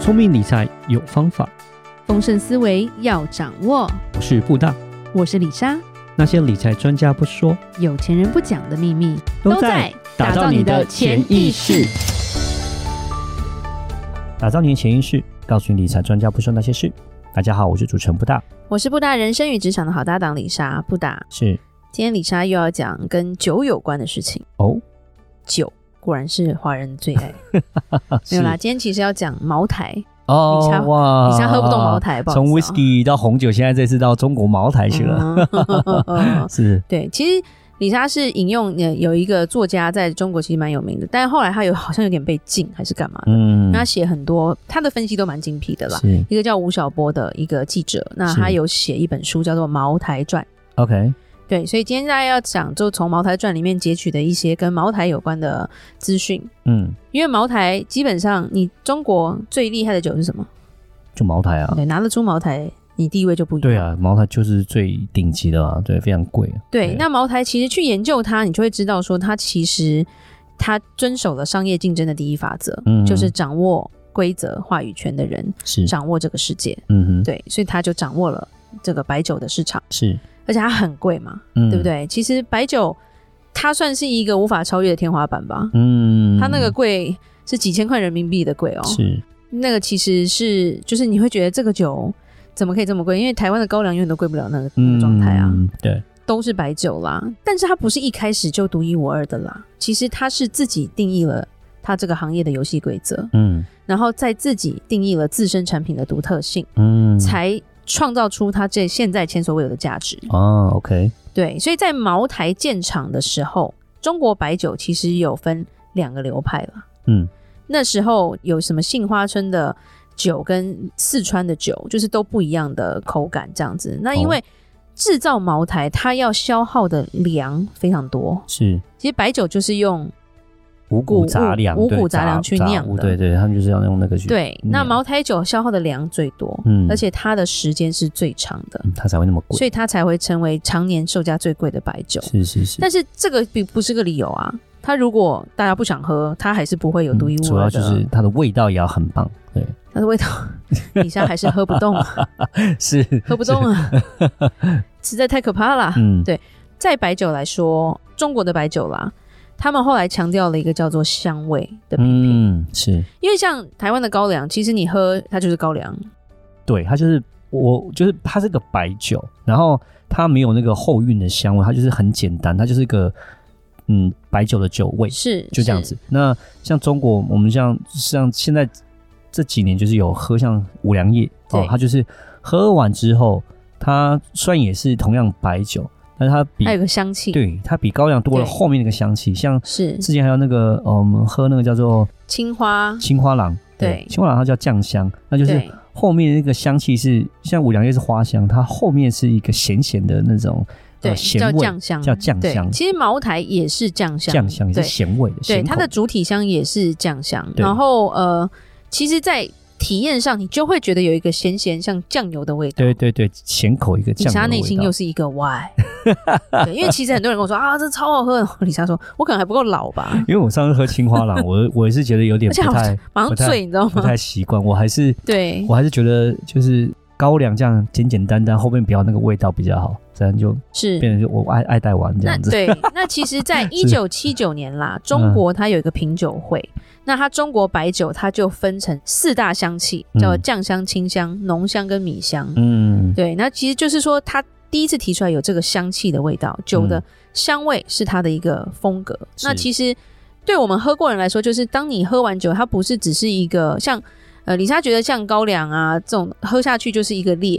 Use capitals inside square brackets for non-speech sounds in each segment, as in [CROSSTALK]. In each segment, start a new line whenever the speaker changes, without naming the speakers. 聪明理财有方法，
丰盛思维要掌握。
我是布大。
我是李莎，
那些理财专家不说，
有钱人不讲的秘密
打造你的潜意识。，打造你的潜意识，告诉你理财专家不说那些事。大家好，我是主持人布大，
我是布达人生与职场的好搭档李莎。布达，
是
今天李莎又要讲跟酒有关的事情。
哦，
酒果然是华人的最 [LAUGHS] 爱。没
啊是
有啦，今天其实要讲茅台。
哦
你才
哇
你才喝不懂茅台不好意思
从
哦
whisky 到红酒，现在这次到中国茅台去了，
嗯 [LAUGHS]
是
对，其实李莎是引用呃有一个作家在中国其实蛮有名的，但后来他有好像有点被禁还是干嘛的。
嗯，
那他写很多，他的分析都蛮精辟的啦。
是
一个叫吴晓波的一个记者，那
是
他有写一本书叫做《茅台传》。
OK，
对，所以今天大家要讲，就从《茅台传》里面截取的一些跟茅台有关的资讯，
嗯，
因为茅台基本上你中国最厉害的酒是什么？
就茅台啊，
对，拿得出茅台，你地位就不一样。
对啊，茅台就是最顶级的嘛，对，非常贵啊。
对，那茅台其实去研究它，你就会知道说，它其实它遵守了商业竞争的第一法则，
嗯
就是掌握规则、话语权的人
是
掌握这个世界。
嗯哼，
对，所以他就掌握了这个白酒的市场，
是，
而且它很贵嘛，
嗯，
对不？对？其实白酒它算是一个无法超越的天花板吧，
嗯，
它那个贵是几千块人民币的贵哦，
是
那个其实是就是你会觉得这个酒。怎么可以这么贵？因为台湾的高粱永远都贵不了那个那个状态啊。
嗯对，
都是白酒啦，但是它不是一开始就独一无二的啦。其实它是自己定义了它这个行业的游戏规则，
嗯
然后再自己定义了自身产品的独特性，
嗯，
才创造出它这现在前所未有的价值。
哦，OK，
对，所以在茅台建厂的时候，中国白酒其实有分两个流派啦。
嗯，
那时候有什么杏花村的酒跟四川的酒，就是都不一样的口感这样子。
哦
那因为制造茅台，它要消耗的粮非常多。
是
其实白酒就是用
五谷杂粮，
五谷
对
杂粮去
杂
酿
物
的
对对，他们就是要用那个去，
对，
嗯
那茅台酒消耗的粮最多，
嗯
而且它的时间是最长的，
嗯，它才会那么贵。
所以它才会成为常年售价最贵的白酒。
是是是，
但是这个并不是个理由啊。它如果大家不想喝，它还是不会有
嗯
独一无
主要
二
就
的。
是它的味道也要很棒，对，
它的味
[LAUGHS]
道，李莎还是喝不动啊，
是，
喝不
[LAUGHS]
动啊，实在太可怕了。
嗯，
对在白酒来说，中国的白酒啦，他们后来强调了一个叫做香味的品评，
嗯，是
因为像台湾的高粱，其实你喝它就是高粱，
对，它就是我就是它是个白酒，然后它没有那个后韵的香味，它就是很简单，它就是一个嗯白酒的酒味，
是
就这样。子。那像中国，我们像像现在这几年就是有喝像五粮液哦
对，
它就是喝完之后，它虽然也是同样白酒，但是它
是
比
它有个香气，
对它比高粱多了
对
后面那个香气。像
是
之前还有那个呃，我们喝那个叫做
青花，
青花郎，
对
青花郎它叫酱香，那就是
对
后面那个香气是像五粮液是花香，它后面是一个咸咸的那种
对，
呃
叫
咸味，
酱香，
叫酱
对
香
其实茅台也是酱香，
酱香也是
对
咸味的，
对，
咸
它
口
的主体香也是酱香。
对
然后呃，其实，在体验上你就会觉得有一个咸咸像酱油的味道。
对对对咸口一个
李
酱油
莎
的
内
味
心
道
又是一个
[LAUGHS]
why，对，因为其实很多人跟我说啊，这超好喝。然后李莎说，我可能还不够老吧，
[LAUGHS] 因为我上次喝青花
[LAUGHS]
郎，我我也是觉得有点
而且
不
好
太
马上
不太
醉，你知道
不
吗？
太习惯，我还是
对，。
我还是觉得就是高粱这样简简单单，后面不要那个味道比较好，这样就是变成就我爱爱带玩这
那
样子。嗯
对，那其
[LAUGHS]
实，在一九七九年啦，中国它有一个品酒会，那它中国白酒它就分成四大香气，
嗯
叫酱香、清香、浓香跟米香。
嗯，
对，那其实就是说，他第一次提出来有这个香气的味道，酒的香味是他的一个风格。
嗯是
那其实对我们喝过人来说，就是当你喝完酒，它不是只是一个像呃，李莎觉得像高粱啊这种喝下去就是一个烈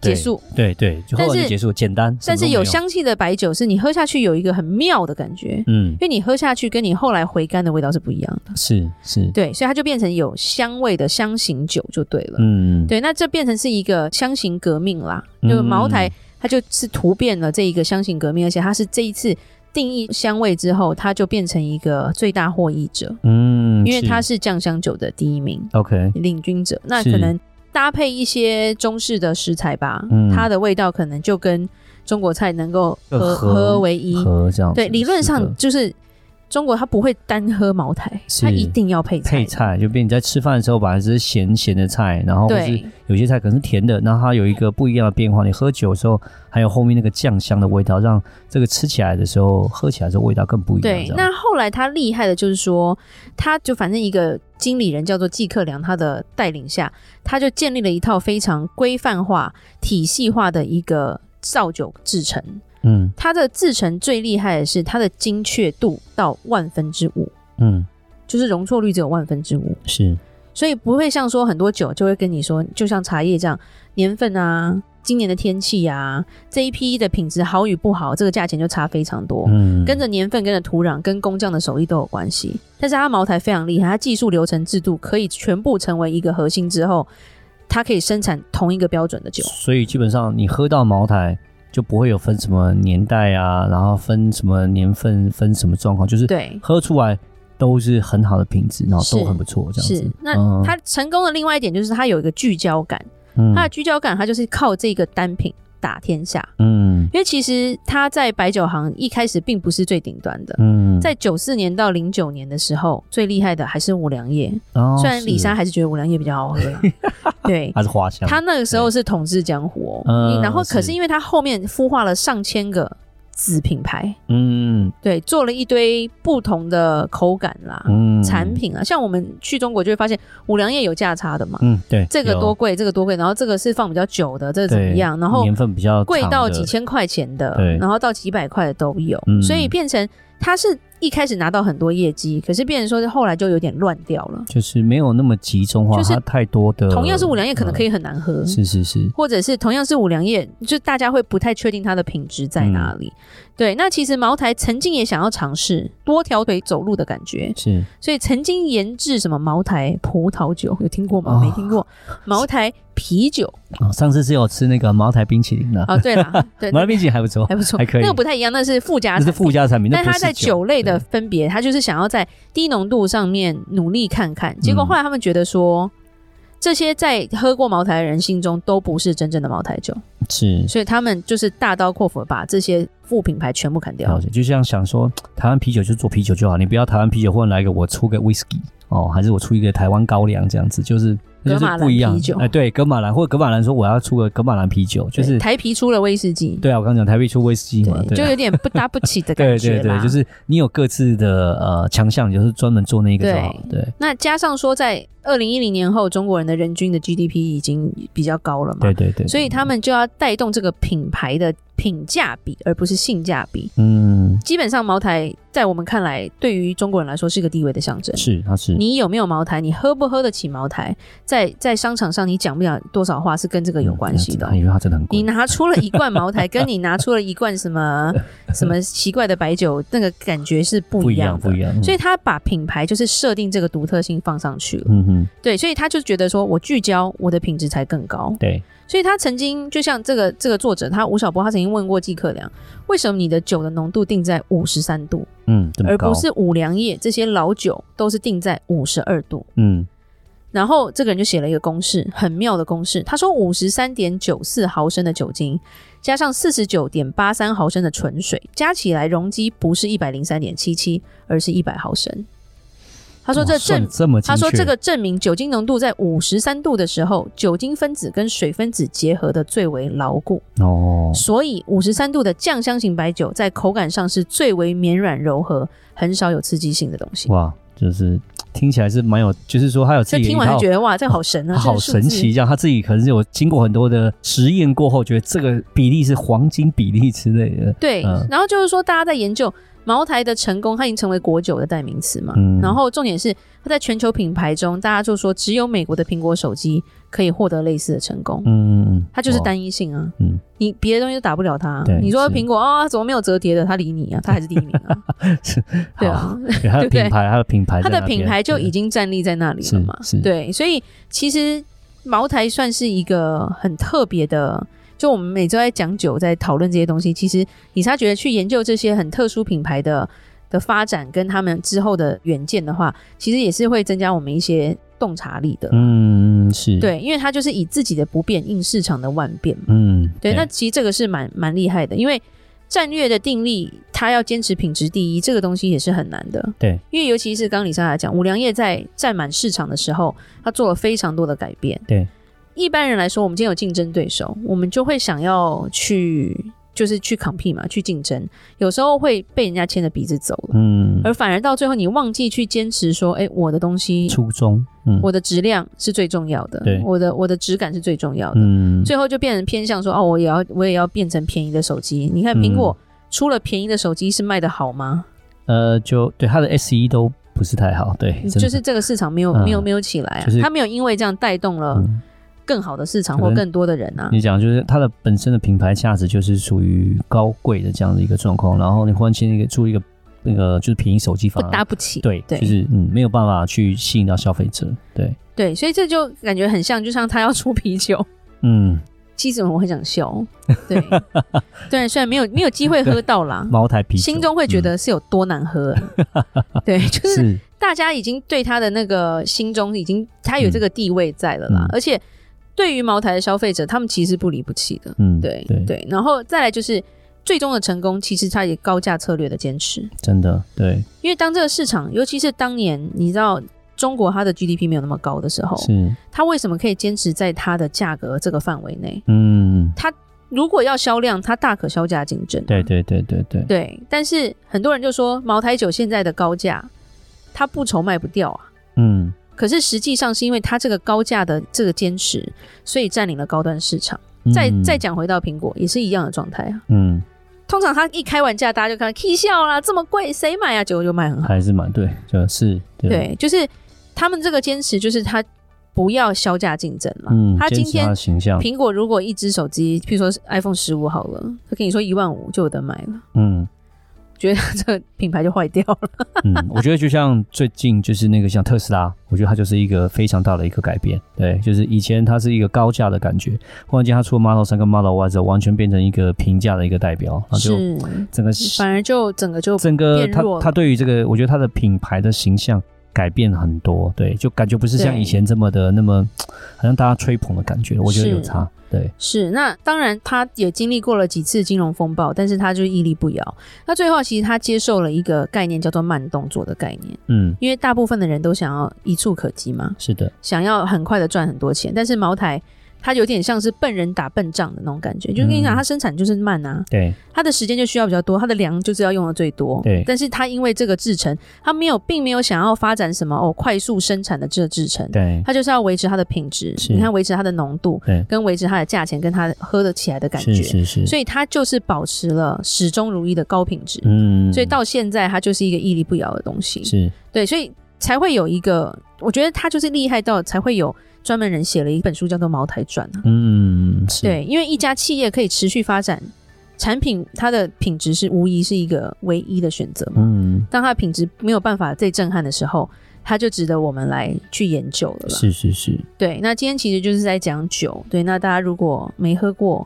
对
结束，
对对，就
但
后来
是
就结束，简单。
但
什么
是
都
有
没
香气的白酒是你喝下去有一个很妙的感觉。
嗯，
因为你喝下去跟你后来回甘的味道是不一样的，
是是，
对，所以它就变成有香味的香型酒就对了。
嗯，
对，那这变成是一个箱型革命啦，
嗯
就茅台它就是突变了这一个箱型革命，而且它是这一次定义香味之后，它就变成一个最大获益者，
嗯，
因为它是酱香酒的第一名
OK，
领军者，那
是
可能搭配一些中式的食材吧，
嗯
它的味道可能就跟中国菜能够
就
合
合
合为一，
和这样子
对，理论
是
上
的
就是。中国它不会单喝茅台，它
是
一定要配菜
配
的。
菜就变你在吃饭的时候把这些咸咸的菜，然后或是
对
有些菜可能是甜的，然后它有一个不一样的变化。你喝酒的时候，还有后面那个酱香的味道，让这个吃起来的时候、喝起来的时候味道更不一样。
对
这，样
那后来他厉害的就是说，他就反正一个经理人叫做季克良，他的带领下，他就建立了一套非常规范化、体系化的一个造酒制成。
嗯
它的制成最厉害的是它的精确度到万分之五，
嗯
就是容错率只有万分之五，
是
所以不会像说很多酒就会跟你说，就像茶叶这样，年份啊、今年的天气啊、这一批的品质好与不好，这个价钱就差非常多。
嗯
跟着年份、跟着土壤、跟工匠的手艺都有关系。但是它茅台非常厉害，它技术流程制度可以全部成为一个核心之后，它可以生产同一个标准的酒。
所以基本上你喝到茅台就不会有分什么年代啊，然后分什么年份、分什么状况，就是
对，
喝出来都是很好的品质，然后
是
都很不错这样子
是。。那
嗯
它成功的另外一点就是它有一个聚焦感，它的聚焦感它就是靠这个单品打天下。
嗯
因为其实它在白酒行一开始并不是最顶端的。
嗯，
在九四年到零九年的时候，最厉害的还是五粮液。
哦
虽然李
是
莎还是觉得五粮液比较好
[LAUGHS]
喝啦，对，
它是花香，
他那个时候是统治江湖、哦，
嗯
然后可是
是
因为他后面孵化了上千个子品牌，
嗯
对，做了一堆不同的口感啦、
嗯
产，品啊，像我们去中国就会发现五粮液有价差的嘛，
嗯对，
这个
有
多贵，这个多贵，然后这个是放比较久的，这个怎么
对
样，然后
年份比较
贵
长
到
的
几，千块钱的
对，
然后到几百块的都有，
嗯
所以变成他是一开始拿到很多业绩，可是变成说是后来就有点乱掉了。
就是没有那么集中化，
就是
它太多的。
同样是五粮液，可能可
以，
以很难喝，
是是是，
或者是同样是五粮液，就大家会不太确定它的品质在哪
嗯
里。对，那其实茅台曾经也想要尝试多条腿走路的感觉，
是
所以曾经研制什么茅台葡萄酒，有听过吗？
哦
没听过。茅台
[LAUGHS]
啤酒
啊。上次是有吃那个茅台冰淇淋的，
哦，对啦，对，
茅台
那个
冰淇淋还不错
还，不错，
还可以
那个不太一样，那是附加
那是
产
附
品。
加产品，那
但
不
它
是
在酒类的分别，它就是想要在低浓度上面努力看看。结果
嗯
后来他们觉得说，这些在喝过茅台的人心中都不是真正的茅台酒。
是
所以他们就是大刀阔斧地把这些副品牌全部砍掉
了。解，就像想说台湾啤酒就做啤酒就好，你不要台湾啤酒，或者来一个我出个 whisky 哦，还是我出一个台湾高粱这样子，就是
格
就是
马兰
不一样
啤酒。
哎，对，格马兰或者格马兰说我要出个格马兰啤酒，就
对
是
台啤出了威士忌，
对啊，我刚刚讲台啤出威士忌嘛，
就
对啊。
有点不搭不起的感
对
觉
[LAUGHS] 对对，
啦。
就是你有各自的呃强项，你就是专门做那一个就好了。对
那加上说，在二零一零年后，中国人的人均的 GDP 已经比较高了嘛，
对对对，
所以他们就要带动这个品牌的品价比，而不是性价比。
嗯
基本上，茅台在我们看来，对于中国人来说是个地位的象征。
是他是
你有没有茅台，你喝不喝得起茅台，在在商场上你讲不了多少话，是跟
嗯
这个有关系的。哦
因为他真的很贵
你。拿出了一罐茅台，跟你拿出了一罐什
[LAUGHS]
么什么奇怪的白酒，那个感觉是不
不
一
一
样
样，
的。
不一样。嗯
所以他把品牌就是设定这个独特性放上去了，
嗯哼，
对，所以他就觉得说我聚焦，我的品质才更高。
对，
所以他曾经就像这个这个作者，他吴晓波，他曾经问过季克良，为什么你的酒的浓度定在五十三度，
嗯，这么
而
高，
不是五粮液这些老酒都是定在五十二度？
嗯
然后这个人就写了一个公式，很妙的公式。他说，五十三点九四毫升的酒精，加上四十九点八三毫升的纯水，加起来容积不是一百零三点七七，而是一百毫升。他说这
哇算
证，
这么精确，
他说这个证明酒精浓度在五十三度的时候，酒精分子跟水分子结合的最为牢固，
哦，
所以五十三度的酱香型白酒在口感上是最为绵软柔和，很少有刺激性的东西。
哇，就是听起来是蛮有，就是说他有自
所以
己的一
听完就
套
觉得嗯哇，这好神啊，
好
这个数
神
字
奇，这样他自己可能是有经过很多的实验过后，觉得这个比例是黄金比例之类的。
对，
嗯
然后就是说大家在研究茅台的成功，它已经成为国酒的代名词嘛。
嗯
然后重点是它在全球品牌中，大家就说只有美国的苹果手机可以获得类似的成功，
嗯嗯嗯，
它就是
哇
单一性啊。
嗯
你别的东西都打不了它
对。
你说
是
苹果啊、怎么没有折叠的？它理你啊，它还是第一名
[LAUGHS]
啊。对啊，
对他的
对不 [LAUGHS] 对
品牌，他的品牌在
它
那边，
的品牌就已经站立在那里了嘛
是是。
对，所以其实茅台算是一个很特别的。就我们每周在讲酒，在讨论这些东西，其实李莎觉得去研究这些很特殊品牌的的发展跟他们之后的远见的话，其实也是会增加我们一些洞察力的。啊
对嗯嗯是，，
对，因为它就是以自己的不变应市场的万变嘛。
嗯
对，那其实这个是蛮蛮厉害的，因为战略的定力，它要坚持品质第一，这个东西也是很难的。
对，
因为尤其是刚刚李莎来讲，五粮液在占满市场的时候，它做了非常多的改变。
对，
一般人来说，我们今天有竞争对手，我们就会想要去就是去 compete 嘛，去竞争，有时候会被人家牵着鼻子走了，
嗯，
而反而到最后你忘记去坚持说，哎、我的东西，
初衷，嗯，
我的质量是最重要的
对，
我的我的质感是最重要的。
嗯，
最后就变成偏向说，哦，我也要我也要变成便宜的手机。你看苹果
嗯
出了便宜的手机是卖的好吗？
呃，就对它的 S e 都不是太好，对，真的
就是这个市场没有
嗯
没有没有起来啊
就是，
它没有因为这样带动了
嗯
更好的市场
可
或
能嗯
更多的人啊。
你讲就是它的本身的品牌价值就是属于高贵的这样的一个状况，然后你忽然间一个出一个那个就是便宜手机
不
反而
搭不起，
对
对
就是嗯没有办法去吸引到消费者，对，
对，所以这就感觉很像，就像他要出啤酒，
嗯，
[LAUGHS] 其实我很想笑，
[LAUGHS]
对，对，虽然没有没有机会喝到啦，
茅台啤酒
心中会觉得是有多难喝，对，就
嗯
是 [LAUGHS]
是
大家已经对他的那个心中已经他有这个地位在了啦，
嗯
而且对于茅台的消费者，他们其实不离不弃的，
嗯
对
对
对，然后再来就是最终的成功，其实它也高价策略的坚持，
真的对
因为当这个市场，尤其是当年你知道中国它的 GDP 没有那么高的时候，
是
它为什么可以坚持在它的价格这个范围内？
嗯
如果要销量，它大可销价竞争啊、
对对对对对
对，但是很多人就说茅台酒现在的高价，它不愁卖不掉啊。
嗯
可是实际上是因为它这个高价的这个坚持，所以占领了高端市场。再
嗯
再讲回到苹果，也是一样的状态啊。
嗯
通常它一开完价，大家就看 K 笑啦，这么贵谁买啊？结果就卖很好。
还是蛮对就是
对，就是他们这个坚持，就是他不要销价竞争嘛。
嗯
他今
坚持
天
的形象
苹果如果一只手机，譬如说是 iPhone 十五好了，他跟你说一万五就有得买了， [LAUGHS]
嗯
觉得这个品牌就坏掉了。，
嗯，我觉得就像最近就是那个像特斯拉，我觉得它就是一个非常大的一个改变。对，就是以前它是一个高价的感觉，忽然间它出了 Model 三跟 Model Y 之后，完全变成一个平价的一个代表，然后啊就是整个
反而就整个就
整个
变
它
弱了
它对于这个，我觉得它的品牌的形象改变很多。对，就感觉不是像
对
以前这么的那么好像大家吹捧的感觉，我觉得
是
有差。对，
是那当然，他也经历过了几次金融风暴，但是他就屹立不摇。那最后啊其实他接受了一个概念叫做慢动作的概念，
嗯，
因为大部分的人都想要一触可及嘛，
是的，
想要很快的赚很多钱，但是茅台。它有点像是笨人打笨仗的那种感觉，就是跟你讲，
嗯
它生产就是慢啊，
对，
它的时间就需要比较多，它的粮就是要用的最多。
对
但是它因为这个制程，它没有并没有想要发展什么哦快速生产的这个制程，
对，
它就是要维持它的品质，
是
你看维持它的浓度
对，
跟维持它的价钱，跟它喝得起来的感觉，
是是是，
所以它就是保持了始终如一的高品质，
嗯，
所以到现在它就是一个屹立不摇的东西，
是
对，所以才会有一个，我觉得它就是厉害到才会有专门人写了一本书叫做《茅台传》啊，
嗯是，
对，因为一家企业可以持续发展产品，它的品质是无疑是一个唯一的选择嘛，
嗯。
当它的品质没有办法再震撼的时候。它就值得我们来去研究了啦。
是是是，，
对，那今天其实就是在讲酒。对，那大家如果没喝过，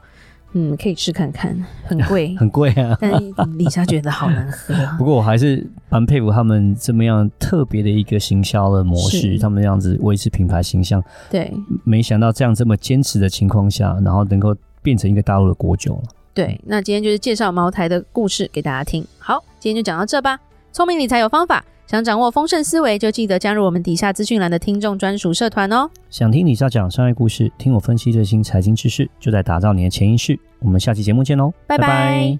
嗯，可以试看看，很
[LAUGHS]
贵
很贵啊。
但李莎觉得好难喝啊。
[LAUGHS] 不过我还是蛮佩服他们这么样特别的一个行销的模式，
是
他们这样子维持品牌形象，
对
没想到这样这么坚持的情况下，然后能够变成一个大陆的国酒了。
对，那今天就是介绍茅台的故事给大家听。好，今天就讲到这吧。聪明理财有方法，想掌握丰盛思维，就记得加入我们底下资讯栏的听众专属社团哦。
想听李莎讲商业故事，听我分析最新财经知识，就在打造你的潜意识。我们下期节目见喽，哦
拜拜